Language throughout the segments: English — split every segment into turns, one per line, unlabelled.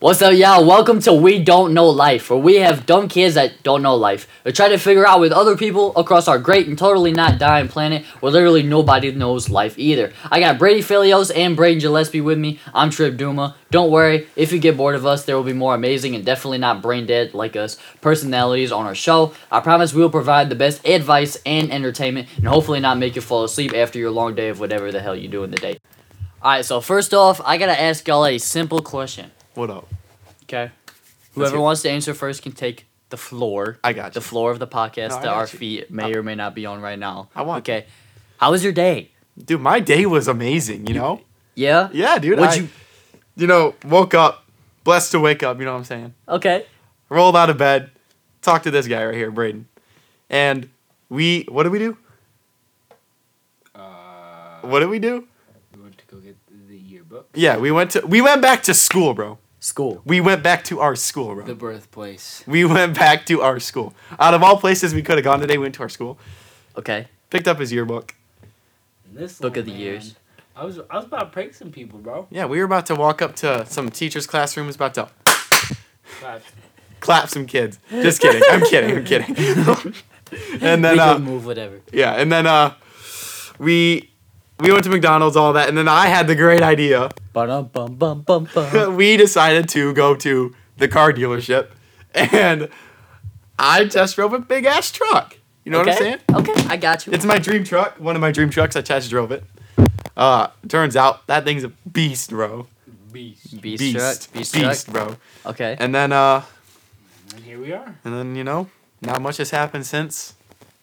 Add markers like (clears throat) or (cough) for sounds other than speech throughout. What's up, y'all? Welcome to We Don't Know Life, where we have dumb kids that don't know life. They try to figure out with other people across our great and totally not dying planet, where literally nobody knows life either. I got Brady Filios and Braden Gillespie with me. I'm Trip Duma. Don't worry, if you get bored of us, there will be more amazing and definitely not brain dead like us personalities on our show. I promise we will provide the best advice and entertainment, and hopefully not make you fall asleep after your long day of whatever the hell you do in the day. Alright, so first off, I gotta ask y'all a simple question.
What up?
Okay.
Let's
Whoever
hear it.
wants to answer first can take the floor.
I got
The
you.
floor of the podcast
No, I
that our
got you.
feet may or may not be on right now.
I want-
Okay. How was your day?
Dude, my day was amazing, you know?
Yeah?
Yeah, dude.
Would
I,
you
you you know, woke up, blessed to wake up, you know what I'm saying?
Okay.
Rolled out of bed, talked to this guy right here, Braden. And we what did we do?
Uh,
What did we do?
we went to go get the yearbook.
Yeah, we went to we went back to school, bro.
School.
We went back to our school, bro.
The birthplace.
we went back to our school. Out of all places we could have gone today, we went to our school.
Okay.
Picked up his yearbook.
And this
Book
little
of the years.
I was I was about to prank some people, bro.
Yeah, we were about to walk up to some teacher's classroom, was about to
But
clap some kids. Just kidding. I'm kidding. I'm kidding. (laughs) (laughs) and then
we
uh,
can move whatever.
yeah, and then uh, we we went to McDonald's, all that, and then I had the great idea. (laughs)
Bum bum bum bum bum.
we decided to go to the car dealership, and I test drove a big ass truck. You know
okay.
what I'm saying?
Okay, I got you.
It's my dream truck. One of my dream trucks. I test drove it. Uh, turns out that thing's a beast, bro.
beast.
beast,
Beast,
truck. Beast,
beast,
truck.
bro.
Okay.
And then uh,
And here we are.
And then, you know, not much has happened since.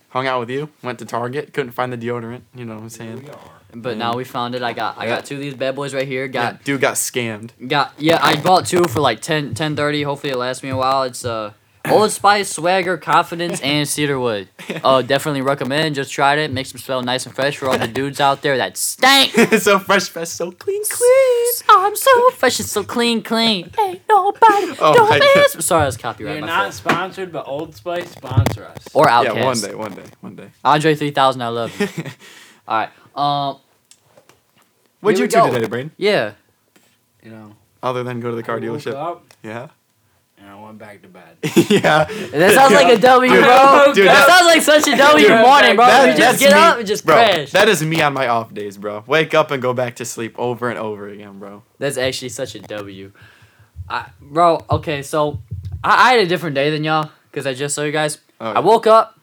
Hung out with you, went to Target, couldn't find the deodorant, you know what I'm
Here
saying?
we are.
but now we found it. I got I
Yeah.
got two of these bad boys right here.
Yeah,
Got
dude got scammed.
Got yeah, I bought two for like 10, 10.30. Hopefully it lasts me a while. It's uh
(clears throat)
Old Spice, Swagger, Confidence, and
(laughs)
Cedarwood. Uh, definitely recommend. Just tried it. Makes them smell nice and fresh for all the dudes out there that stank.
(laughs) so fresh, fresh, so clean, clean.
I'm so fresh and so clean,
(laughs)
clean. Ain't nobody
Oh my
(laughs) don't
God.
mess. Sorry, that's
We
copyright.
are
my fault.
not sponsored, but Old Spice sponsor us.
Or Outcast.
Yeah, one day, one day, one day. (laughs)
Andre three thousand. I love you. all right. Um.
What'd
Here
you
we
do
go.
today, Brain?
Yeah.
you know.
Other than go to the
Oh,
car
I woke
dealership?
Up
Yeah. (laughs)
and I went back to bed.
yeah.
That sounds
Yeah.
like a W,
Dude,
bro.
dude,
that
that-
sounds like such a W
(laughs) Dude,
morning, bro.
that-
you just
that's
get
me.
up and just
Bro,
crash.
that is me on my off days, bro. Wake up and go back to sleep over and over again, bro.
That's actually such a W. I, bro, okay, so I, I had a different day than y'all because I just saw you guys.
Oh,
I woke up,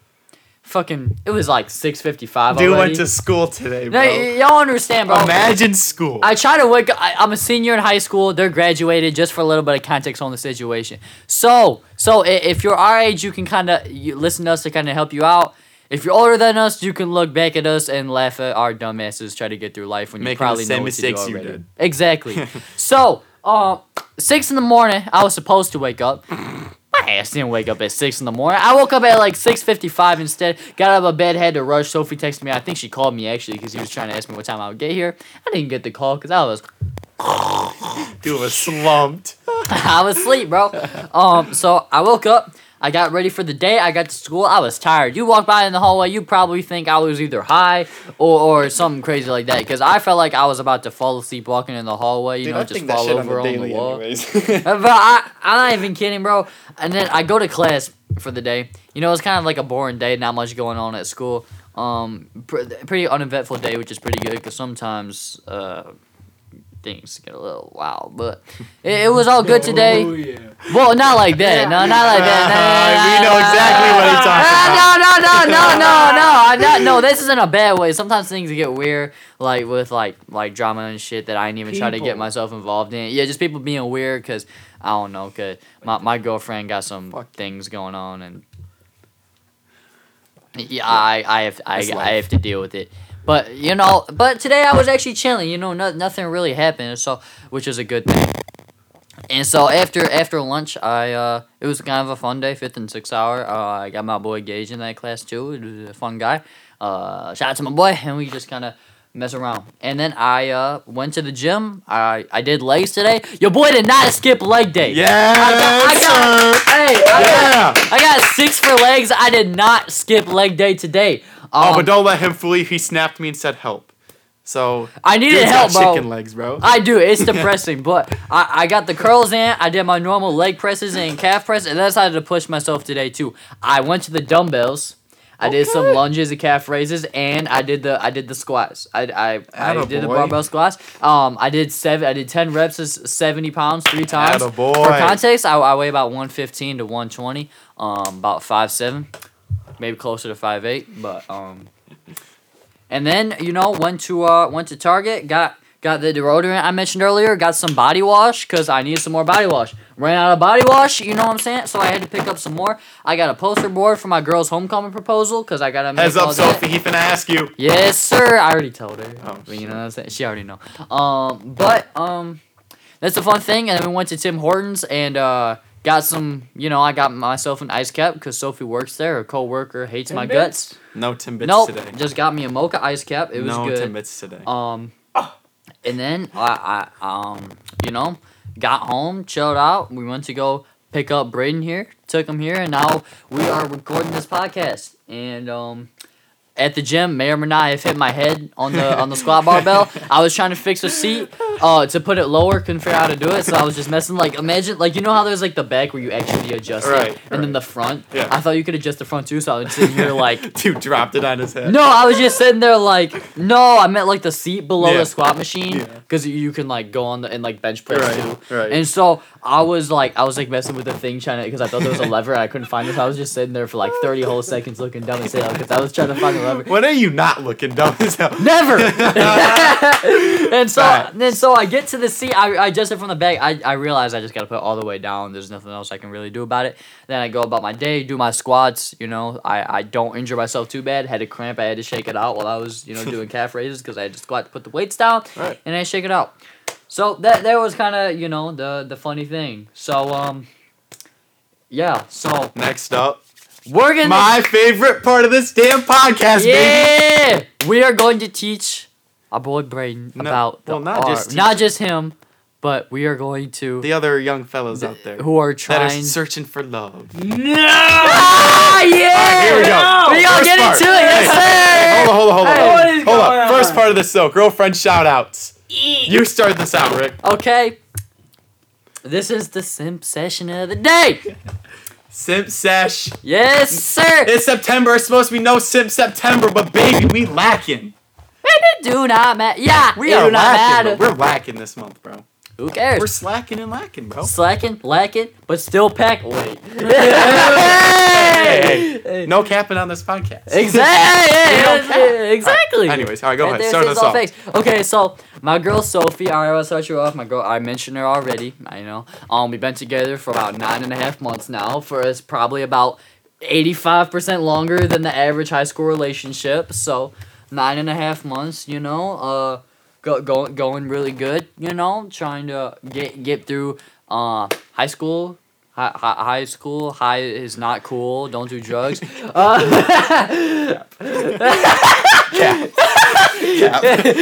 fucking, it was like 6.55
Dude
already.
went to school today,
no,
bro.
y- y'all understand, bro.
Imagine school.
I try to wake up. I, I'm a senior in high school. They're graduated. Just for a little bit of context on the situation. So, so i- if you're our age, you can kind of you listen to us to kind of help you out. If you're older than us, you can look back at us and laugh at our dumbasses try to get through life when you
Making the
probably
same
know what
mistakes
to do
you
already.
did. (laughs)
Exactly. so, um, six in the morning, I was supposed to wake up. My ass didn't wake up at six in the morning. I woke up at like six fifty five instead. Got out of my bed, had to rush. Sophie texted me. I think she called me actually because he was trying to ask me what time I would get here. I didn't get the call because I was
Dude was slumped.
(laughs) I was asleep, bro. Um, so I woke up. I got ready for the day. I got to school. I was tired. You walk by in the hallway, you probably think I was either high or, or something crazy like that because I felt like I was about to fall asleep walking in the hallway. You know, just fall over on the wall. (laughs)
(laughs) anyways.
Uh, Bro, I, I'm not even kidding, bro. And then I go to class for the day. You know, it's kind of like a boring day, not much going on at school. Um, pr- pretty uneventful day, which is pretty good because sometimes uh, things get a little wild. But it, (laughs) it was all good
Oh,
today.
yeah.
Well, not like that. No, not like that.
Uh, we know exactly what he's talking
Ah,
about.
no, no, no, no, no, I'm not, no. This isn't a bad way. Sometimes things get weird, like with like like drama and shit that I ain't even try to get
People.
myself involved in. Yeah, just people being weird because I don't know, cause my my girlfriend got some
Fuck.
things going on and yeah, I I have I,
That's
I
life.
have to deal with it. But you know, but today I was actually chilling. You know, no, nothing really happened, so which is a good thing. And so after after lunch, I uh, it was kind of a fun day, fifth and sixth hour. Uh, I got my boy Gage in that class too. He was a fun guy. Uh, shout out to my boy, and we just kind of mess around. And then I uh, went to the gym. I I did legs today. Your boy did not skip leg day. I got,
Yes,
hey,
sir.
I got,
Yeah.
I got six for legs. I did not skip leg day today. Um,
Oh, but don't let him fool you. He snapped me and said, "Help." So
I needed
dude's
help,
got
bro.
Chicken legs, bro.
I do. It's depressing, but I, I got the curls in. I did my normal leg presses and calf press, and I decided to push myself today too. I went to the dumbbells. I did some
Okay.
lunges and calf raises, and I did the I did the squats. I, I, I did the
Attaboy.
barbell squats. Um, I did seven. I did ten reps, is seventy pounds, three times. For
Attaboy.
context, I, I weigh about one fifteen to one twenty. Um, about five seven, maybe closer to five eight, but um. And then you know went to uh went to Target, got got the deodorant I mentioned earlier, got some body wash because I need some more body wash. Ran out of body wash, you know what I'm saying? So I had to pick up some more. I got a poster board for my girl's homecoming proposal because I gotta make
Heads
all
up,
that.
Sophie. He finna ask you.
Yes, sir. I already told her.
Oh,
but you
shit.
know what I'm saying? She already know. Um, but um, that's a fun thing. And then we went to Tim Hortons and uh, got some. You know, I got myself an ice cap because Sophie works there. Her coworker hates
Tim
my
Bits?
guts.
No Timbits
Nope,
today.
just got me a mocha ice cap. It was
no
good.
Timbits today.
Um,
Ah.
and then I, I um, you know, got home, chilled out. We went to go pick up Braden here, took him here, and now we are recording this podcast. And um, at the gym, may or may not have hit my head on the on the squat
(laughs)
barbell. I was trying to fix a seat, uh, to put it lower. Couldn't figure out how to do it, so I was just messing. Like imagine, like you know how there's like the back where you actually adjust
Right,
it, and then
right.
the front.
Yeah.
I thought you could adjust the front too, so I was sitting here like.
(laughs) dude dropped it on his head.
No, I was just sitting there like, no, I meant like the seat below
Yeah.
the squat machine
Yeah.
because you can like go on the and like bench press
Right,
too.
right.
And so I was like, I was like messing with the thing trying to because I thought there was a lever and I couldn't find it. So I was just sitting there for like thirty whole seconds looking dumb and saying because I was trying to find the lever.
When are you not looking dumb as hell?
Never. and so
Facts.
then so I get to the seat. I, I adjust it from the back. I, I realize I just gotta put it all the way down. There's nothing else I can really do about it. Then I go about my day, do my squats. You know, I, I don't injure myself too bad. Had a cramp. I had to shake it out while I was you know
(laughs)
doing calf raises because I had to squat to put the weights down
Right.
and I shake it out. So that that was kind of you know the the funny thing. So um. Yeah, so
Next up,
we're gonna
my favorite part of this damn podcast, baby.
yeah, we are going to teach our boy Braden
No,
about the
well, not
art.
just teach-
not just him, but we are going to
The other young fellas out there
who are
that are
trying.
searching for love.
No!
ah, yeah!
Here we go.
We all
First
get
part.
into it, yes, sir.
Hold on, hold on, hold on.
Hey,
hold
what
on.
is
Hold on.
going
First
on?
part of this, though. Girlfriend shout outs. You start this out, Rick.
Okay, this is the simp session of the day.
Simp Sesh.
Yes, sir.
It's September. It's supposed to be no Simp September, but baby, we lacking.
It do not matter. Yeah,
We
it
are
do not
lacking.
matter.
bro. We're lacking this month, bro.
Who cares?
We're slacking and lacking, bro.
slacking, lacking, but still pack. (laughs) Wait.
Hey, No capping on this podcast.
(laughs)
We don't
Exactly.
care.
exactly.
Anyways, all right, go
Right
ahead.
there,
Start
says
us
all
off.
facts. Okay, so my girl Sophie, all right, I'll start you off. My girl, I mentioned her already. I know. Um, we've been together for about nine and a half months now. For us, probably about eighty-five percent longer than the average high school relationship. So, nine and a half months. You know, uh, go, go, going really good. You know, trying to get get through uh high school. High, high, high school high is not cool. Don't do drugs. (laughs) Uh,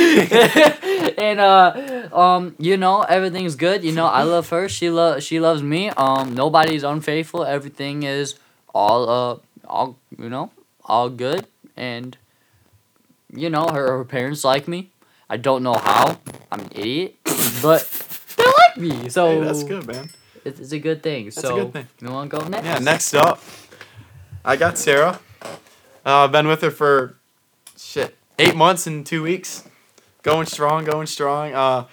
and uh um you know everything's good you know i love her she lo- she loves me um nobody's unfaithful everything is all uh all you know all good and you know her, her parents like me i don't know how i'm an
(coughs)
idiot but they like me (laughs) so
Hey, that's good, man.
It's, it's a good thing
a
so
good thing.
you want to go next
Yeah, next up, I got Sarah. Uh, I've been with her for shit eight months and two weeks, going strong, going strong. Uh,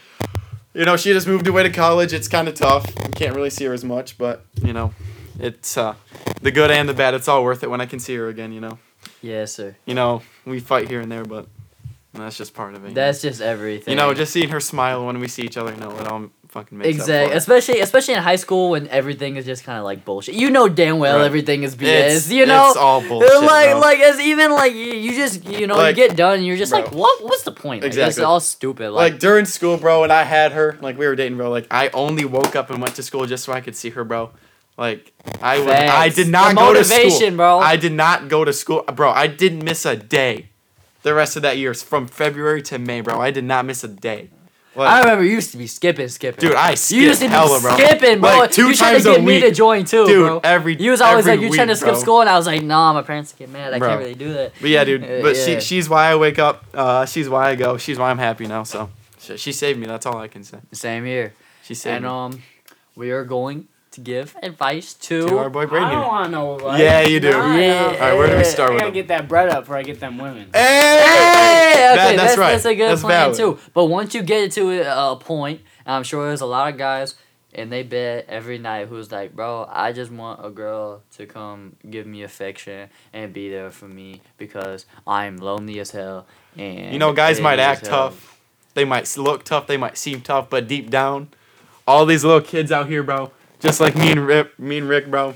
you know, she just moved away to college. It's kind of tough. You can't really see her as much, but you know, it's uh, the good and the bad. It's all worth it when I can see her again. You know,
yes sir
you know, we fight here and there, but that's just part of it. you know?
that's just everything
you know, just seeing her smile when we see each other. You know, it all fucking makes up for
Exactly,
it.
especially especially in high school when everything is just kind of like bullshit. You know damn well
Right.
everything is BS.
It's-
you know, (laughs)
it's all bullshit,
Like
bro.
like it's even like you, you just you know
Like-
you get done and you're just
Bro.
like what what's the point? Like, It's
Exactly.
all stupid. Like,
like during school, bro, and I had her, like we were dating, bro. Like I only woke up and went to school just so I could see her, bro. Like I was, I
Facts.
did not
The
go to
motivation,
school,
bro.
I did not go to school, Uh, bro. I didn't miss a day. The rest of that year, from February to May, bro. I did not miss a day. What?
I remember you used to be skipping, skipping.
Dude, I
you used to
skipped hella,
be
bro.
skipping, bro.
Like, two
you tried
times
to
a
get me to
week.
join too,
Dude,
bro.
every-
you was always like,
every
you trying to
week,
skip
bro.
school, and I was like, nah, my parents get mad. I
Bro.
can't really do that.
But yeah, dude.
Yeah,
But
yeah.
she she's why I wake up. Uh, she's why I go. She's why I'm happy now. So she, she saved me. That's all I can say.
Same here.
She saved
And
me.
um, we are going to give advice to.
To our boy
I
Brayden.
don't
Oh.
here.
want no life.
Yeah, you do.
Nah,
Yeah.
nah.
All right, where do we
start
I
with
gotta
them?
get that bread up before I get them women.
Hey, okay,
That-
that's, that's, a good
That's
plan
valid.
too. But once you get to a, a point, I'm sure there's a lot of guys, and they bet every night who's like, bro, I just want a girl to come give me affection and be there for me because I'm lonely as hell. And
You know, guys
crazy
might
as
act
hell."
tough. They might s- look tough. They might seem tough, but deep down, all these little kids out here, bro, just like me and Rip, me and Rick, bro,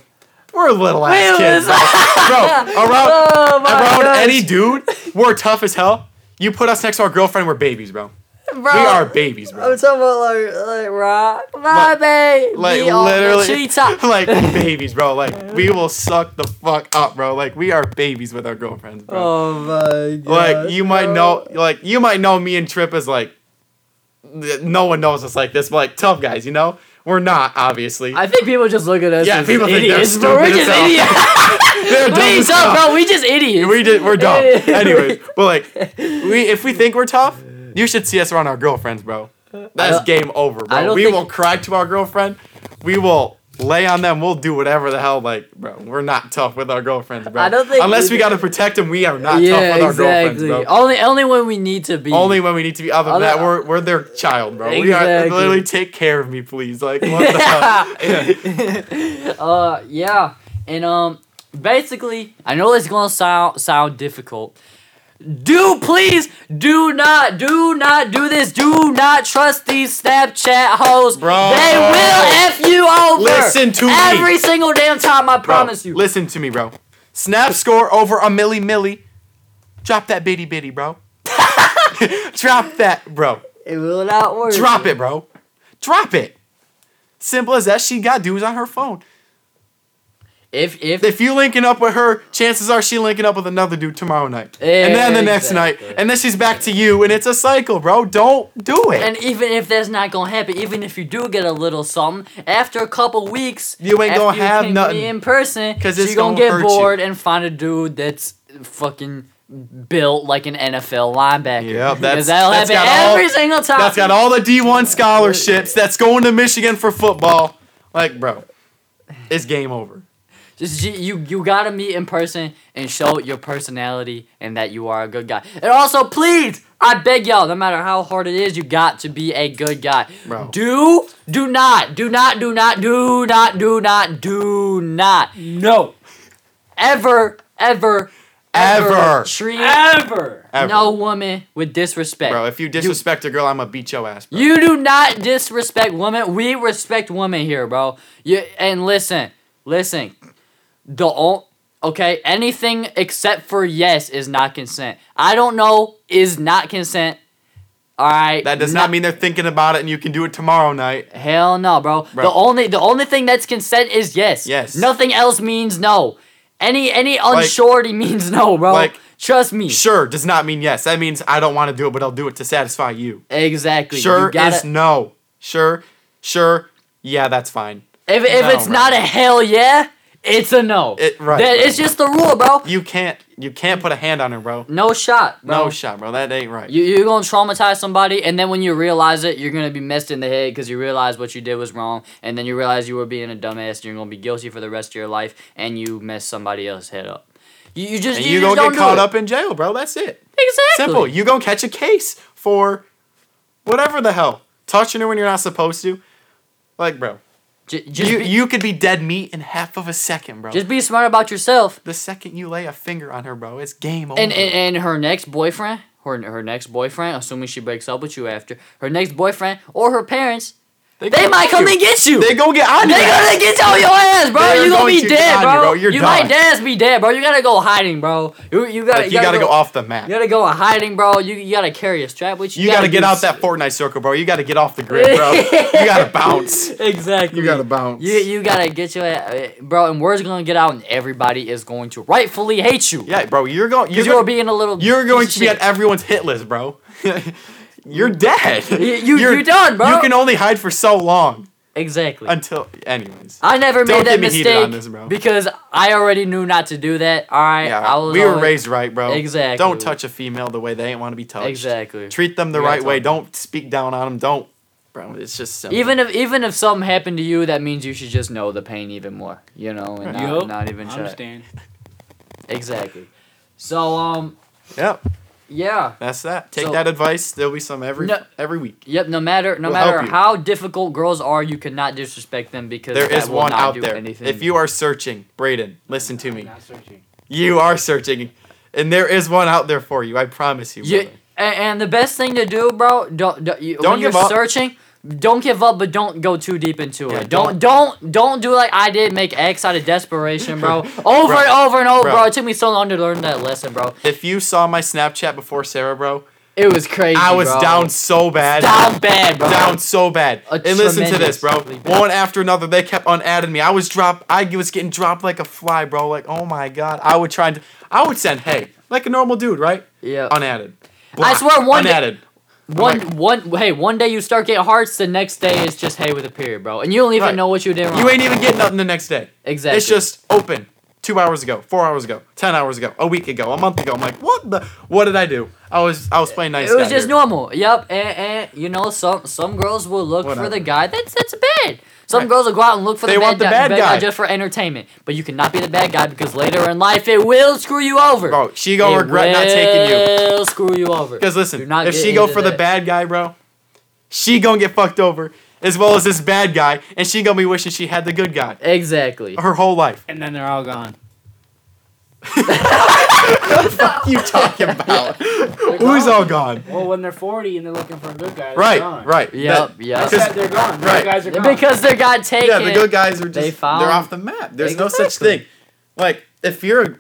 we're little ass
Wait,
kids, bro. bro around
(laughs) Oh my
around
gosh.
any dude, we're tough as hell. You put us next to our girlfriend, we're babies, bro.
bro, Oh,
We are babies, bro.
I'm talking about like, like rock, my baby.
Like
all-
literally,
she top.
(laughs) like babies, bro. Like we will suck the fuck up, bro. Like we are babies with our girlfriends, bro.
(laughs) Oh my god.
Like you might know, like you might know me and Trip as like, th- no one knows us like this. But like tough guys, you know, we're not obviously. (laughs)
I think people just look at us.
Yeah,
as
people think they're
idiots, bro. We're
stupid as
just
hell.
idiots.
They're (laughs) dumb
we ain't
as
dumb,
fuck.
bro. We just idiots. (laughs)
We did, we're dumb.
Yeah.
Anyways,
(laughs)
but like, we if we think we're tough, you should see us around our girlfriends, bro. That's
don't-
game over,
I
bro.
don't
We
think-
will cry to our girlfriend. We will lay on them. We'll do whatever the hell, like, bro. We're not tough with our girlfriends, bro.
I don't think
unless
we-
we gotta protect them, we are not tough
yeah,
with our girlfriends,
exactly.
bro.
Only, only when we need to be. (laughs)
Only when we need to be. Other than
Other-
that, we're, we're their child, bro. We
Exactly.
are literally take care of me, please. Like what
(laughs)
the hell?
uh, yeah, and um, basically, I know it's gonna sound sound difficult. Do please do not do not do this. Do not trust these Snapchat hoes.
Bro.
They will f you over.
Listen to me.
every single damn time. I
Bro,
promise you.
Listen to me, bro. Snap score over a milli milli. Drop that bitty bitty, bro. (laughs) Drop that, bro.
It will not work.
Drop it, bro. Drop it. Simple as that. She got dudes on her phone.
If if
If you linking up with her, chances are she linking up with another dude tomorrow night, and then the next night,
Exactly.
and then she's back to you, and it's a cycle, bro. Don't do it.
And even if that's not gonna happen, even if you do get a little something, after a couple weeks,
You ain't
after
gonna have
can't be
nothing.
in person.
'Cause
you
it's
gonna,
gonna
get
hurt you.
bored and find a dude that's fucking built like an NFL linebacker.
Yep,
'Cause
that's-
that'll
that's
happen
got all-
every single time.
That's got all the D1 scholarships. That's going to Michigan for football. Like, bro, it's game over.
Just you, you, you gotta meet in person and show your personality and that you are a good guy. And also, please, I beg y'all, no matter how hard it is, you got to be a good guy.
Bro.
Do, do not, do not, do not, do not, do not, do not. (laughs)
No.
ever, ever, ever,
Ever.
treat
Ever.
Ever.
no woman with disrespect.
Bro, if you disrespect a girl, I'm going to beat your ass, bro.
you do not disrespect women. We respect women here, bro. You and listen, listen. The o- okay, anything except for yes is not consent. I don't know is not consent. All right.
that does not mean they're thinking about it and you can do it tomorrow night.
Hell no, bro.
Bro.
The only the only thing that's consent is yes.
Yes.
Nothing else means no. Any any unsurety means no, bro.
like-
Trust me.
Sure does not mean yes. That means I don't want to do it, but I'll do it to satisfy you.
Exactly.
Sure
you gotta,
is no. Sure, sure, yeah, that's fine.
If, if
No,
it's
bro.
not a hell yeah, it's a no.
It- right,
That-
bro.
It's just the rule, bro.
You can't, you can't put a hand on her, bro.
No shot, bro.
No shot, bro. That ain't right.
You, you're going to traumatize somebody, and then when you realize it, you're going to be messed in the head because you realize what you did was wrong, and then you realize you were being a dumbass, and you're going to be guilty for the rest of your life, and you mess somebody else's head up. You, you just
and
you,
you,
just
gonna
don't
get
do
caught
it.
up in jail, bro. That's it.
Exactly.
Simple. You gonna catch a case for whatever the hell. Touching her when you're not supposed to. Like, bro.
J- just,
you
be,
you could be dead meat in half of a second, bro.
just be smart about yourself.
the second you lay a finger on her, bro, it's game over.
And, and and her next boyfriend, her her next boyfriend, assuming she breaks up with you after her next boyfriend or her parents, they
gonna
might
get
come
you.
and get you.
They gonna get on
They
you.
gonna get on your ass, bro.
They're
you gonna
going
be
to get
dead,
on
bro.
you,
You,
bro. You're
might
done.
dance be dead, bro. You gotta go hiding, bro. You you gotta
Like, you gotta go off the map.
You gotta go hiding, bro. You, you gotta carry a strap with you.
You gotta
do
get out
s-
that Fortnite circle, bro. You gotta get off the grid, bro. you gotta bounce.
(laughs) Exactly.
bounce.
You, you gotta get your ass, bro. And word's gonna get out, and everybody is going to rightfully hate you.
yeah, bro. You're going. You're,
Because you're
gonna-
being a little.
you're going
piece
to
of
be
shit. (laughs)
on everyone's hit list, bro. you're dead.
you- you're done, bro.
You can only hide for so long
Exactly.
until, anyways.
I never
Don't
made that
get me heated
mistake
on this, bro.
because I already knew not to do that. All right, I
yeah,
was
we were
always-
raised right, bro.
Exactly.
Don't touch a female the way they ain't want to be touched.
Exactly.
Treat them the
You gotta
right way.
tell
Don't speak down on them. Don't, bro. It's just simple.
Even if even if something happened to you, that means you should just know the pain even more. You know, and not,
Yup,
not even
I
try.
understand.
Exactly. So um,
Yep.
yeah,
That's that. Take
So-
that advice. There'll be some every
No-
every week.
yep. No matter no
We'll
matter
help you.
how difficult girls are, you cannot disrespect them because
There
that
is
will
one
not
out
do
there.
Anything.
If you are searching, Braden, listen to me.
Not searching.
You are searching, and there is one out there for you. I promise you.
you,
brother.
a- and the best thing to do, bro, don't don't, you,
Don't
when you're
give up.
searching. Don't give up, but don't go too deep into
Yeah,
it. Don't, don't don't do like I did. Make X out of desperation,
(laughs)
bro. Over and over and over,
Bro.
bro. It took me so long to learn that lesson, bro.
If you saw my Snapchat before Sarah, bro,
It was crazy.
I was
bro.
down so bad.
down bad, bro.
Down so bad.
A
and listen to this, bro.
tremendously bad.
One after another, they kept on adding me. I was drop. I was getting dropped like a fly, bro. Like, oh my god. I would try and. I would send, hey, like a normal dude, right?
Yeah.
Unadded.
I swear one day-
Unadded.
One,
Like-
one, hey, one day you start getting hearts, the next day it's just hey with a period, bro, and you don't even
Right.
know what you did wrong.
You ain't even getting nothing the next day.
exactly.
It's just open. Two hours ago, four hours ago, ten hours ago, a week ago, a month ago. I'm like, what the? What did I do? I was I was playing nice.
it was
guy
just
here.
normal. Yep, and, and you know some some girls will look for
Whatever.
the guy that's that's bad. Some
Right.
girls will go out and look for
They
the,
want
bad,
the
guy-
bad guy.
just for entertainment, but you cannot be the bad guy because later in life it will screw you over.
Bro, she gonna
It
regret not taking you.
Will screw you over.
Because
You're
listen,
not
if she
getting
go
into
for the
that.
bad guy, bro, she gonna get fucked over as well as this bad guy, and she gonna be wishing she had the good guy
exactly.
her whole life.
And then they're all gone.
What
(laughs)
you talking about? Who's all gone?
Well, when they're 40 and they're looking for a good guy, they're
Right,
gone.
right.
Yep,
That-
yep.
I
Because-
said they're gone. The
right.
good guys are gone.
Because they got taken.
Yeah, the good guys are just
They found-
they're off the map. There's no such
Exactly.
thing. Like if you're a,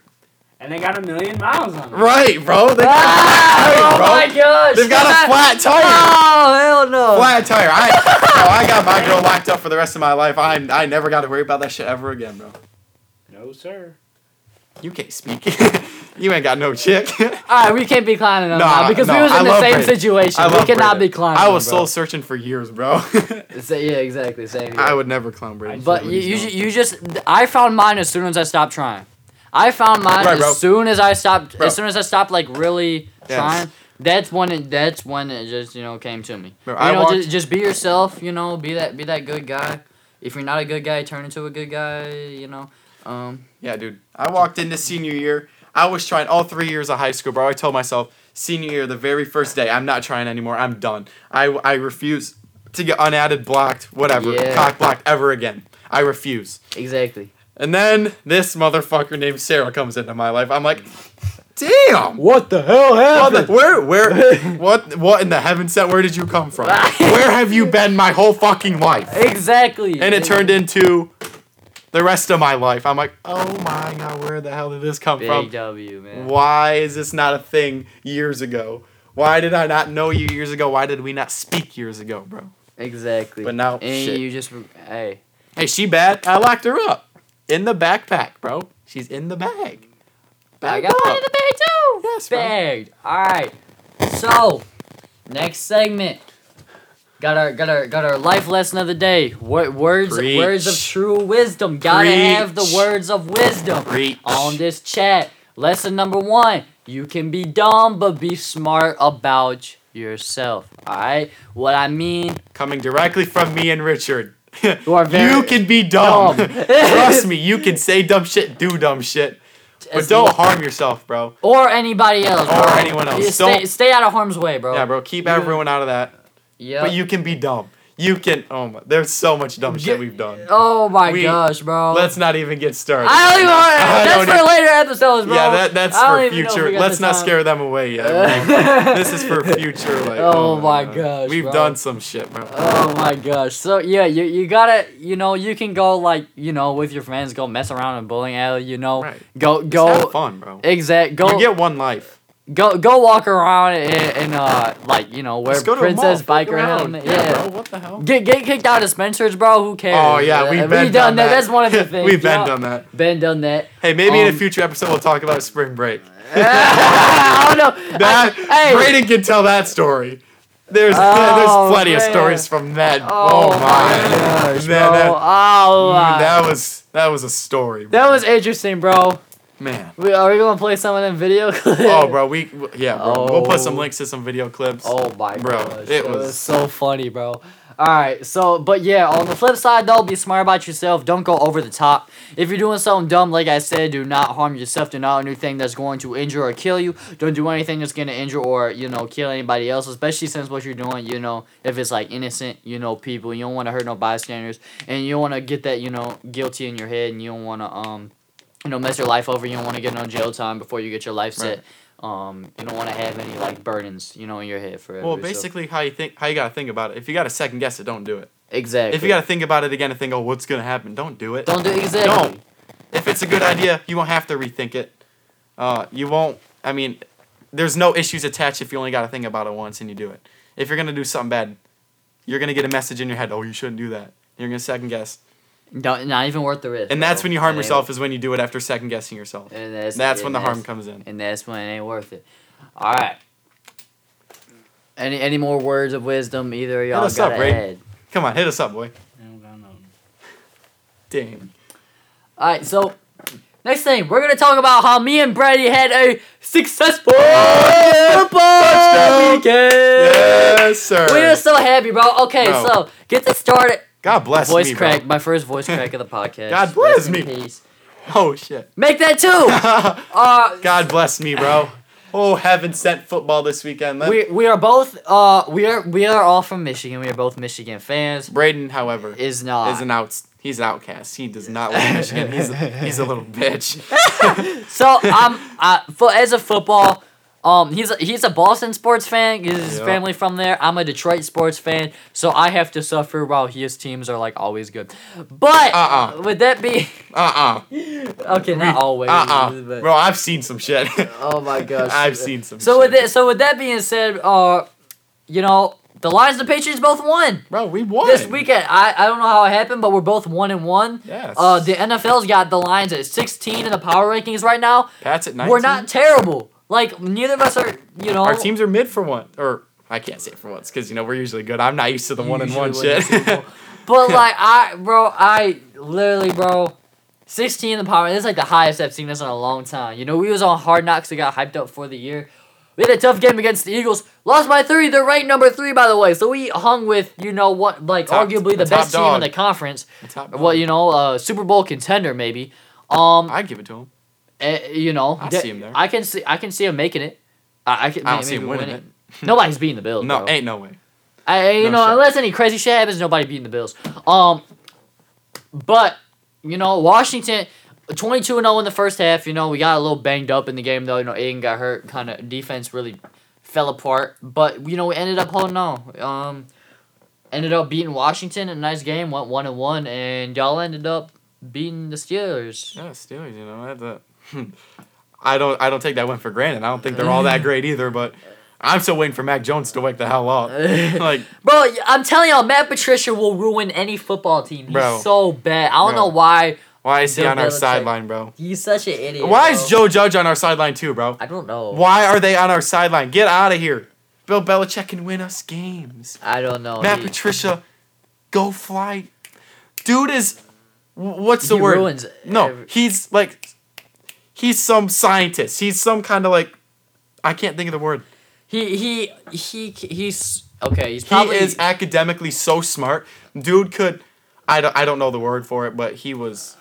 and they got a million miles on them.
right,
(laughs)
bro, they,
Ah,
Hey, bro.
oh my gosh!
they've got a
that-
flat tire.
Oh hell no!
Flat tire. I, bro, I got my girl locked up for the rest of my life. I I never got to worry about that shit ever again, bro.
No, sir.
You can't speak. (laughs) you ain't got no chick. (laughs)
All right, we can't be climbing on
Nah,
that because
nah,
we was
I
in the
love
same
Brandon.
situation.
I
we
love
cannot
Brandon.
be climbing.
I was soul
bro.
searching for years, bro. (laughs)
so. Yeah, exactly. Same. Here.
I would never climb Brady.
but you, you, ju- you just I found mine as soon as I stopped trying. I found mine
Right,
as
bro.
soon as I stopped.
Bro.
As soon as I stopped like really
Yes.
trying. That's when it. That's when it just you know came to me.
Bro,
you
I
know,
walked-
just, just be yourself. You know, be that be that good guy. If you're not a good guy, turn into a good guy. You know. Um.
yeah, dude. I walked into senior year. I was trying all three years of high school, bro. I told myself, senior year, the very first day, I'm not trying anymore. I'm done. I, I refuse to get unadded, blocked, whatever,
Yeah.
cock blocked ever again. I refuse.
Exactly.
And then this motherfucker named Sarah comes into my life. I'm like, damn.
What the hell
What the-
(laughs)
where where what what in the heaven set where did you come from? Where have you been my whole fucking life?
Exactly.
and it turned into the rest of my life. I'm like, oh my god, where the hell did this come
Big
from?
W man.
Why is this not a thing years ago? Why did I not know you years ago? Why did we not speak years ago, bro?
Exactly.
But now,
and
shit.
you just hey,
Hey, she bad. I locked her up in the backpack, bro. She's in the bag.
I
Bagged
got
up.
one in the bag too.
Yes, bro.
bagged. All right. So, next segment. Got our got our got our life lesson of the day. Wo- words words of
Preach.
true wisdom. Gotta have the
Preach.
words of wisdom
Preach.
on this chat. Lesson number one: You can be dumb, but be smart about yourself. All right. What I mean.
Coming directly from me and Richard.
(laughs) You are very
you can be dumb.
dumb.
Trust me, you can say dumb shit, do dumb shit. But
As
don't
long-
harm yourself, bro.
Or anybody else.
Or
bro.
anyone else.
Yeah, Stay,
Don't-
stay out of harm's way, bro.
Yeah, bro, keep
You-
everyone out of that.
Yeah.
But you can be dumb. You can. Oh my, there's so much dumb shit
Get-
we've done.
Oh my
We-
gosh, bro.
Let's not even get started.
I don't even want
(laughs) I
That's
don't
for
even-
later episodes, bro.
yeah, that that's
I don't
for
even know if
future.
we got
Let's
the
not
time. (laughs)
scare them away yet. Like, this is for future. Like,
Oh my
God.
gosh,
we've
bro.
done some shit, bro.
Oh my gosh. So yeah, you, you gotta you know, you can go like, you know, with your friends, go mess around in a bowling alley, you know.
Right.
Go
Go have
go
fun, bro.
exact go
you get one life.
go go walk around and, and uh like, you know, where
Let's go to
princess
a mall, fuck
biker
around.
helmet.
Yeah,
Yeah.
bro. What the hell?
Get get kicked out of Spencer's, bro. Who cares?
Oh yeah,
Uh,
we've been
done that. That's one of the things.
(laughs) we've been
yeah.
done that.
Been done
(laughs)
that. (laughs)
Hey, maybe in a
Um,
future episode we'll talk about spring break.
I don't know. I-
(laughs) That
hey,
Braden can tell that story. There's (laughs)
Oh,
there's plenty of
man.
stories from that.
Oh,
Oh,
my
my.
gosh,
Man,
bro.
that-
Oh,
Ooh,
uh,
that was that was a story.
that
bro.
was interesting, bro.
man.
We are we gonna play some of them video (laughs) clips?
Oh, bro, we yeah, bro. We'll put some
Oh.
links to some video clips.
Oh my
Bro,
gosh,
it
that was,
was-
so funny, bro. All right, so but yeah, on the flip side though, be smart about yourself. Don't go over the top. If you're doing something dumb, like I said, do not harm yourself. Do not do anything that's going to injure or kill you. Don't do anything that's gonna injure or you know kill anybody else. Especially since what you're doing, you know, if it's like innocent, you know, people, you don't want to hurt no bystanders, and you don't want to get that you know guilty in your head, and you don't want to um, you know, mess your life over. You don't want to get no jail time before you get your life set.
Right.
Um, you don't want to have any like burdens, you know, in your head forever.
Well,
so-
basically, how you think, how you gotta think about it. If you gotta second guess it, don't do it.
exactly.
If you gotta think about it again and think, oh, what's gonna happen? Don't do it.
don't do exactly.
Don't. If it's a good idea, you won't have to rethink it. Uh, you won't. I mean, there's no issues attached if you only gotta think about it once and you do it. If you're gonna do something bad, you're gonna get a message in your head. Oh, you shouldn't do that. You're gonna second guess,
Don't- Not even worth the risk.
and that's
bro.
when you harm
It ain't-
yourself. Is when you do it after second guessing yourself.
And that's,
That's when
and
the harm
that's-
comes in.
And that's when it ain't worth it. All right. Any any more words of wisdom? Either of y'all
us up,
gotta
Ray.
add.
Come on, hit us up, boy.
I don't got nothing.
Damn.
All right. So next thing we're gonna talk about how me and Brady had a successful football
Touchdown.
weekend.
Yes, sir.
We are so happy, bro. Okay,
Bro.
so get this started.
God bless
voice
me, bro.
crack, my first voice crack
(laughs)
of the podcast.
God
Rest
bless
in
me.
peace.
Oh shit.
Make that
(laughs)
two. Uh,
God bless
(laughs)
me, bro. Oh, heaven sent football this weekend. Let-
we we are both uh we are we are all from Michigan. We are both Michigan fans.
Braden, however,
Is not
is an out. He's an outcast. He does not like Michigan. He's he's a
(laughs)
little bitch.
so um (laughs) uh for as a football um he's a, he's a Boston sports fan. His his
Yeah.
family from there. I'm a Detroit sports fan, so I have to suffer while his teams are like always good. But
Uh-uh.
would that be (laughs)
Uh uh-uh.
okay? Not always.
uh.
but-
Bro, I've seen some shit.
(laughs) Oh my gosh.
(laughs) I've seen some.
So
shit.
with that, so with that being said, uh, you know, the Lions and the Patriots both won
bro, we won
this weekend. I, I don't know how it happened, but we're both one and one.
Yes.
Uh, the NFL's got the Lions at sixteen in the power rankings right now.
Pats at 9
We're not terrible. Like neither of us are. You know,
Our teams are mid for one, or I can't say for once because you know we're usually good. I'm not used to the
You
one and one
usually win
shit.
the Super
(laughs)
Bowl. But like I, bro, I literally, bro, sixteen in the power. This is like the highest I've seen this in a long time. You know, we was on Hard Knocks. We got hyped up for the year. We had a tough game against the Eagles. Lost by three. They're ranked number three, by the way. So we hung with you know what, like
Top-
arguably the
the top
best team in
dog.
the conference.
Top
Well, you know, uh, Super Bowl contender maybe. Um,
I'd give it to him.
eh, you know,
I
that-
see 'em there.
I can see, I can see him making it. I, I can.
I don't
maybe
see him winning
winning it. Nobody's beating the Bills.
No,
bro.
ain't no way.
I, you know,
No shot.
unless any crazy shit happens, nobody beating the Bills. Um, but you know, Washington, twenty two and zero in the first half. You know, we got a little banged up in the game though. You know, Aiden got hurt. Kind of defense really fell apart. But you know, we ended up holding on. Um, ended up beating Washington in a nice game. Went one and one, and y'all ended up beating the Steelers. (laughs)
Yeah, Steelers, you know, that's a, hmm. I don't I don't take that win for granted. I don't think they're
(laughs)
all that great either, but I'm still waiting for Mac Jones to wake the hell up.
(laughs)
like
Bro, I'm telling y'all, Matt Patricia will ruin any football team. He's
Bro.
so bad. I don't
Bro.
know why.
why is he
Bill
on our
Belichick.
sideline, bro?
He's such an idiot.
Why
bro. Oh.
is Joe Judge on our sideline too, bro?
I don't know.
Why are they on our sideline? Get out of here. Bill Belichick can win us games.
I don't know.
Matt
He-
Patricia, go fly. Dude is wh- what's the
he
word?
ruins
No,
every-
he's like, he's some scientist. He's some kind of like, I can't think of the word.
he he he he's okay. He's
He
probably
is academically so smart. Dude could, I don't, I don't know the word for it, but he was,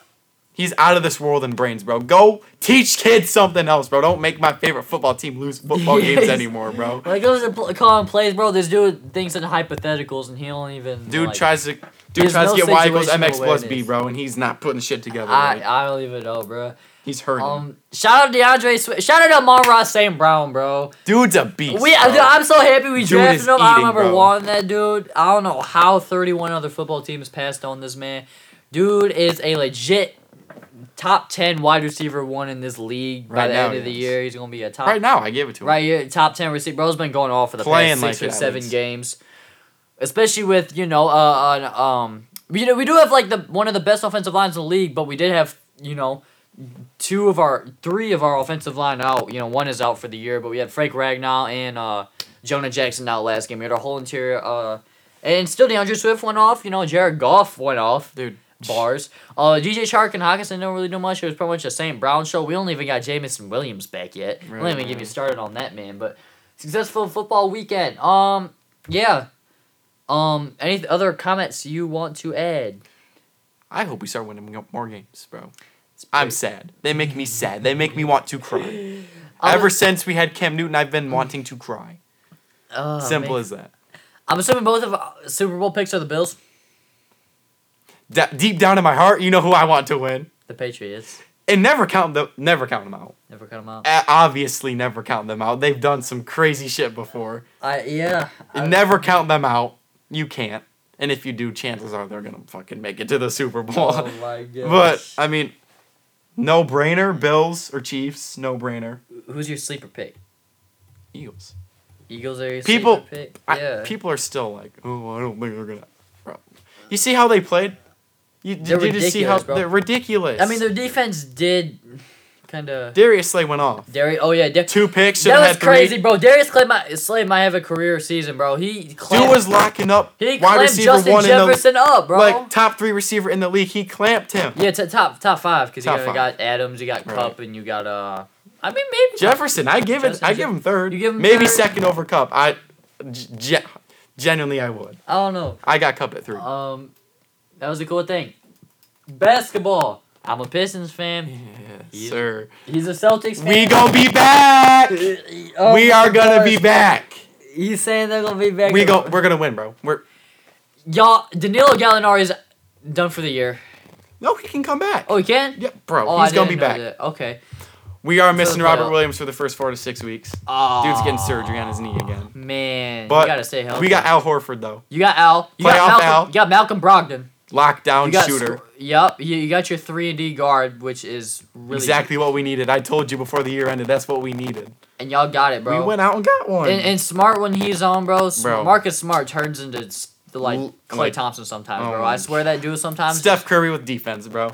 he's out of this world in brains, bro. Go teach kids something else, bro. Don't make my favorite football team
(laughs)
lose football games
Yes.
anymore, bro.
when it goes to pl- calling plays, bro. This dude thinks in hypotheticals, and he don't even.
Dude
like,
tries to, dude
there's
tries
no
to get y equals
situational
mx plus b,
awareness.
bro, and he's not putting shit together.
I
like,
I don't even know, bro.
he's hurting.
Um, shout out DeAndre. Swi- shout out to Amon Ross St. Brown, bro.
Dude's a beast.
We
bro.
I, I'm so happy we
Dude
drafted
is
him. I
eating,
remember
bro.
wanting that dude. I don't know how 31 other football teams passed on this man. Dude is a legit top 10 wide receiver one in this league. By
Right
the
now
end
he
of the
is.
year, he's gonna be a top
right now, I give it to him.
Right here, top ten receiver. Bro's been going off for the
Playing
past
like
six
it,
or
at
seven
least.
games, especially with you know, uh, an, um, we- you know, we do have like the one of the best offensive lines in the league, but we did have you know two of our three of our offensive line out. You know, one is out for the year, but we had Frank Ragnow and uh, Jonah Jackson out last game. We had our whole interior, uh, and still DeAndre Swift went off. You know, Jared Goff went off.
Dude.
Bars. Uh, DJ Shark and Hawkinson don't really do much. It was pretty much a St. Brown show. We don't even got Jamison Williams back yet. We don't
Right.
even get me started on that man. But successful football weekend. Um, yeah. Um, any other comments you want to add?
I hope we start winning m- more games, bro. I'm sad. They make me sad. They make me want
(laughs)
to cry.
I'm-
Ever since we had Cam Newton, I've been wanting to cry.
Oh,
Simple
man.
as that.
I'm assuming both of our Super Bowl picks are the Bills,
Da- deep down in my heart, you know who I want to win,
the Patriots.
and never count them. Never count them out.
Never cut them out.
A- obviously, never count them out. They've done some crazy shit before.
I yeah. I-
never count them out. You can't. And if you do, chances are they're gonna fucking make it to the Super Bowl. (laughs)
Oh my god.
but I mean, no brainer. Bills or Chiefs, no brainer.
who's your sleeper pick?
Eagles.
Eagles are your
People-
sleeper pick.
I-
Yeah.
people are still like, oh, I don't think they're gonna. (laughs) Bro. You see how they played? You,
They're
did you just see how
ridiculous, bro.
they're ridiculous?
I mean, their defense did kind of.
Darius Slay went off.
Darius. Oh yeah. Dar-
Two picks. Should
that
have
was
had three.
crazy, bro. Darius Slay might, Slay might have a career season, bro. He
Dude
clamped,
was locking up
he
wide
clamped
receiver
Justin
one
Jefferson up,
in the
bro.
like top three receiver in the league. He clamped him.
yeah, t- top top five because you
Top
got,
five.
got Adams, you got
Right.
Cup, and you got uh. I mean, maybe
Jefferson, I give it.
Justin
I
Jef-
give him third.
You give him
maybe
third?
second over Cup. I g- ge- genuinely I would.
I don't know.
I got Cup at three.
Um, that was a cool thing. Basketball. I'm a Pistons fan.
yes,
yeah.
sir.
He's a Celtics fan.
We gonna be back.
Oh
(laughs) we
my
are gonna be
gosh.
back.
He's saying they're gonna be back.
We go. We're gonna win, bro. We're
Y'all, Danilo Gallinari is done for the year.
no. He can come back.
Oh, he can.
yeah, bro.
Oh,
he's
I
gonna be
didn't know
back.
that. Okay.
We are missing
the
Robert
playoff.
Williams for the first four to six weeks.
Oh,
Dude's getting surgery on his knee again.
Man,
But
you gotta stay healthy.
We got Al Horford though.
You got Al. You
Playoff
got Malcolm,
Al.
You got Malcolm Brogdon. You
Lockdown
got
shooter.
Sw- Yup. You, you got your three and D guard, which is really
Exactly what we needed. I told you before the year ended. That's what we needed.
And y'all got it, bro.
We went out and got one.
And, and smart when he's on, bro. Sm-
Bro.
Marcus Smart turns into s- the, like
L-
Clay
like-
Thompson sometimes,
oh
bro.
my
I swear that dude sometimes.
Steph Curry with defense, bro.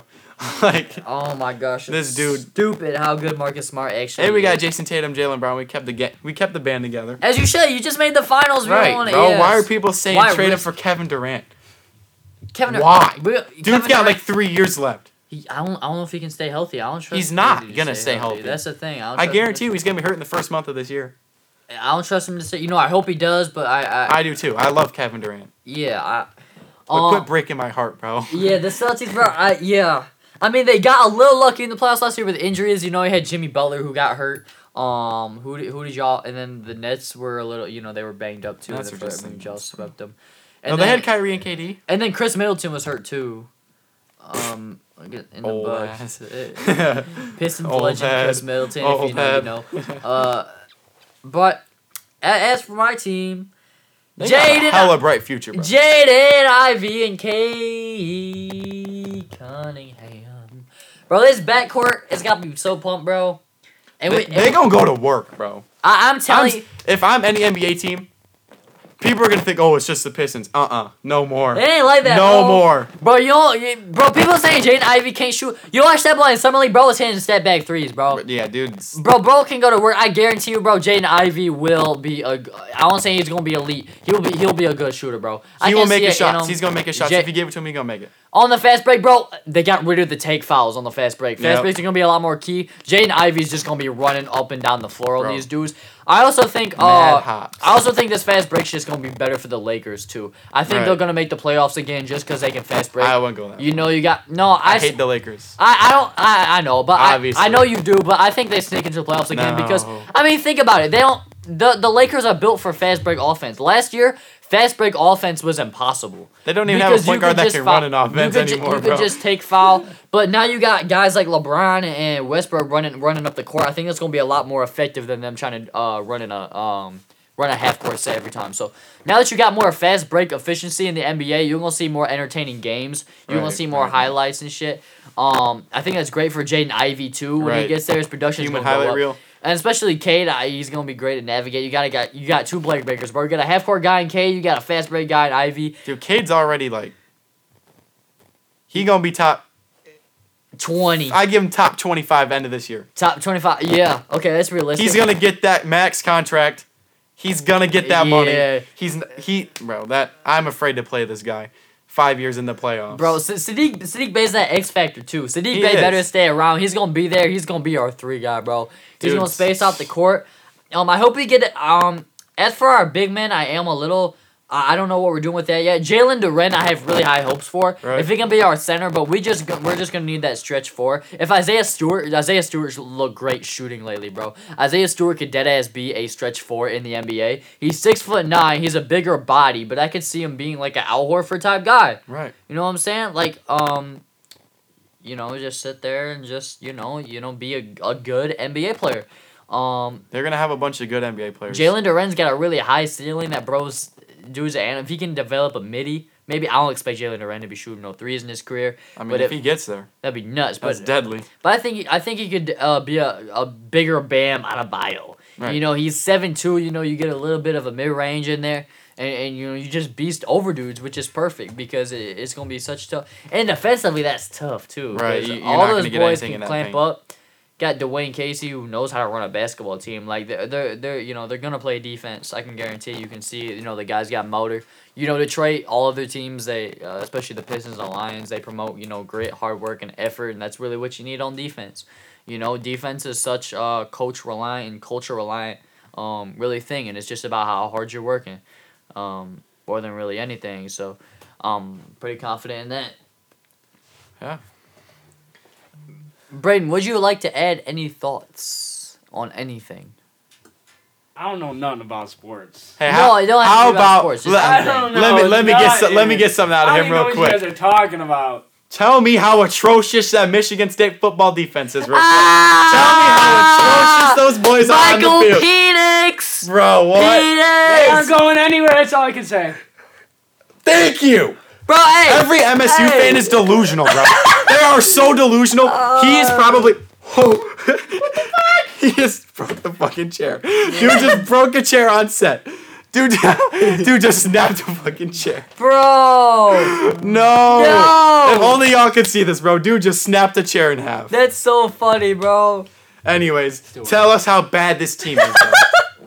(laughs) like,
Oh my gosh,
This
it's
dude.
Stupid how good Marcus Smart actually.
and we got
is.
Jason Tatum, Jalen Brown. We kept the ga- we kept the band together.
As you should. You just made the finals. E We
Right,
don't wanna-
bro.
yes.
Why are people saying
Why
trade him
risk-
for Kevin Durant?
Kevin? Dur-
Why?
We,
Dude's got like three years left.
He, I don't. I don't know if he can stay healthy. I don't trust.
He's
him
not
to
gonna stay healthy.
That's the thing. don't
I
trust him to-
guarantee you, he's gonna be hurt in the first month of this year.
I don't trust him to say. You know, I hope he does, but I. I,
I do too. I love Kevin Durant.
yeah. I.
But
Um,
quit breaking my heart, bro. (laughs)
yeah, the Celtics, bro. I, yeah. I mean, they got a little lucky in the playoffs last year with injuries. You know, you had Jimmy Butler who got hurt. Um, who did, who did y'all? And then the Nets were a little. You know, they were banged up too.
Nets
That's
are just
when
things.
y'all swept them.
No, they had Kyrie and KD. (laughs)
And then Chris Middleton was hurt too. Um, in the
Old
Bucks.
ass.
Uh, Pistons
Old
legend Chris
head.
Middleton, if
Old
you know, you know.
head.
Uh, but a- as for my team,
They got a
Jaden-
hella bright future, bro.
Jaden Ivy and K. Cunningham, bro, this backcourt it's got me so pumped, bro. And
they,
we,
they gonna go to work, bro.
I, I'm
I'm,
telling
s- if I'm any NBA team, people are gonna think, oh, it's just the Pistons. Uh uh no more.
you, it ain't like that.
no
bro.
more.
Bro, you don't, you- bro. People saying Jaden Ivy can't shoot. You watch that boy in summer league, bro. Was hitting step back threes, bro.
But yeah, dude. s-
Bro, bro can go to work. I guarantee you, bro. Jaden Ivy will be a. g- I won't say he's gonna be elite. He'll be he'll be a good shooter, bro. I
He
can
will
see
make
it in
his shots.
him.
He's gonna make his shots.
J-
if you give it to him, he's gonna make it.
on the fast break, bro. They got rid of the take fouls on the fast break. Fast
Yep.
breaks are gonna be a lot more key. Jaden Ivy's just gonna be running up and down the floor on
Bro.
these dudes. I also think.
Mad
Uh,
hops.
I also think this fast break shit's gonna be better for the Lakers too. I think
Right.
they're gonna make the playoffs again just because they can fast break.
I wouldn't go that.
you know, you got no. I,
I
s-
hate the Lakers.
I, I don't I, I know, but I, I
Obviously.
know you do, but I think they sneak into the playoffs again because
No.
I mean think about it. They don't the the Lakers are built for fast break offense. Last year, fast break offense was impossible.
They don't even have a
Because
point
you
guard
could
that
just
can
foul-
run an
you
offense
could ju-
anymore,
you
bro.
could just take foul, but now you got guys like LeBron and Westbrook running running up the court. I think that's gonna be a lot more effective than them trying to uh run in a um run a half court set every time. So now that you got more fast break efficiency in the NBA, you're gonna see more entertaining games. You're gonna
Right,
see more
right.
highlights and shit. Um, I think that's great for Jaden Ivey too. When he
Right.
gets there, his production
Human
gonna go
highlight
up.
reel.
And especially Cade, I- he's gonna be great to navigate. You gotta got you got two Blake breakers, bro. You got a half court guy in Cade, you got a fast break guy in Ivy.
Dude, Cade's already like. He gonna be top.
twenty.
I give him top 25 end of this year.
Top twenty five. Yeah. Okay, that's realistic.
He's gonna get that max contract. He's gonna get that
Yeah.
money. He's n- he bro. That I'm afraid to play this guy. Five years in the playoffs,
Bro, S- Sadiq Sadiq Bay's that X factor too. Sadiq
He
Bay better
is.
stay around. He's gonna be there. He's gonna be our three guy, bro. He's
Dude.
gonna space out the court. Um, I hope we get um. As for our big men, I am a little. I I don't know what we're doing with that yet. Jalen Duran, I have really high hopes for.
Right.
If he can be our center, but we just we're just gonna need that stretch four. If Isaiah Stewart, Isaiah Stewart's looked great shooting lately, bro. Isaiah Stewart could dead ass be a stretch four in the NBA. He's six foot nine. He's a bigger body, but I could see him being like an Al Horford type guy.
Right.
You know what I'm saying? Like, um, you know, just sit there and just, you know, you know, be a, a good NBA player. Um,
They're gonna have a bunch of good NBA players.
Jalen Duren's got a really high ceiling that bros dudes, and if he can develop a midi, maybe I don't expect Jalen Duren to be shooting no threes in his career.
I mean,
but if-
if, he gets there,
That'd be nuts.
that's
But
deadly.
but I think he- I think he could uh, be a, a bigger Bam out of bio.
Right.
You know, he's seven two. You know, you get a little bit of a mid range in there, and, and you know you just beast over dudes, which is perfect because it, it's gonna be such tough. And defensively, that's tough too.
Right,
'cause
you- you're
all
not gonna
those
get
boys
anything
can
in that
clamp
paint.
up. Got Dwayne Casey who knows how to run a basketball team. Like they're, they're they're you know they're gonna play defense. I can guarantee. You can see you know the guys got motor. You know Detroit, all of their teams, they uh, especially the Pistons and Lions, they promote you know grit, hard work, and effort, and that's really what you need on defense. You know, defense is such a coach reliant and culture reliant um really thing, and it's just about how hard you're working, um more than really anything. So, um, pretty confident in that.
Yeah.
Braden, would you like to add any thoughts on anything?
I don't know nothing about sports.
Hey,
No,
how,
I don't have to
how
be about
about
sports, just
let,
I
don't know,
let me let me get
not
some, let me
even-
get something out of
I don't
him
even know
real
what
quick.
you guys are talking about.
Tell me how atrocious that Michigan State football defense is. Real quick.
Ah!
Tell me how atrocious those boys are on the
Michael
field,
Penix.
bro. What?
They
Penix.
aren't going anywhere. That's all I can say.
Thank you.
Bro, hey.
Every MSU
Hey.
fan is delusional, bro. they are so delusional. he
Uh.
is probably. Oh. (laughs) he just broke the fucking chair. Dude
(laughs)
just broke a chair on set. Dude, (laughs) dude just snapped a fucking chair.
Bro,
No.
No.
If only y'all could see this, bro. Dude just snapped a chair in half.
that's so funny, bro.
Anyways, tell us how bad this team is,
(laughs)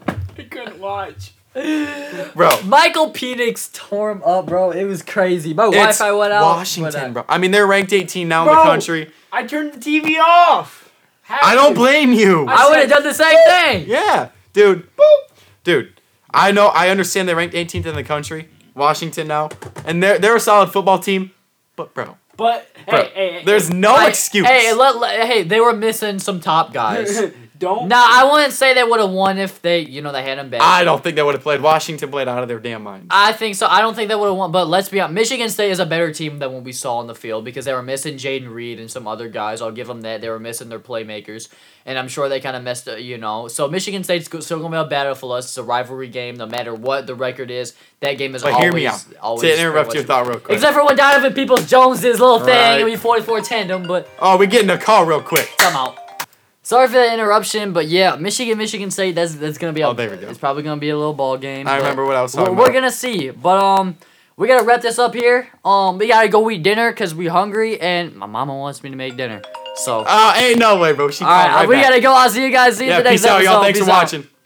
I couldn't watch.
bro. bro.
Michael Penix tore him up, bro. It was crazy. My
It's
Wi-Fi went out. uh,
Washington, bro. I mean, they're ranked 18 now in
Bro.
the country.
I turned the TV off. Had
I don't
to.
blame you.
I would have done the same thing.
Yeah, dude. Boop. Dude, I know. I understand they're ranked 18th in the country, Washington now, and they're they're a solid football team. But bro,
But
bro
hey, hey, hey,
there's no
Like,
excuse.
Hey, let, let- hey, they were missing some top
(laughs)
guys.
(laughs) don't.
now I wouldn't say they would have won if they, you know, they had him back.
I don't think they would have played. Washington played out of their damn mind.
I think so. I don't think they would have won, but let's be honest. Michigan State is a better team than what we saw on the field because they were missing Jaden Reed and some other guys. I'll give them that. They were missing their playmakers, and I'm sure they kind of messed. uh, You know, so Michigan State's go- still gonna be a battle for us. It's a rivalry game, no matter what the record is. That game is
But
always
hear me out.
always
To interrupt your
pretty much-
thought real quick.
Except for when Donovan Peoples Jones did his little thing,
Right.
it'll be 44 tandem, but
oh, we getting a call real quick.
come out. Sorry for that interruption, but yeah, Michigan, Michigan State. That's that's gonna be. A,
Oh, there we go.
It's probably gonna be a little ball game.
I
but
remember what I was
We're,
talking
we're
about.
gonna see, but um, we gotta wrap this up here. Um, we gotta go eat dinner cause we hungry and my mama wants me to make dinner. So all
Uh, ain't no way, bro. She called
right,
right
we
back.
gotta go. I'll see you guys. See you
Yeah,
in the next
peace out, y'all.
episode.
Thanks
Peace
for
out.
watching.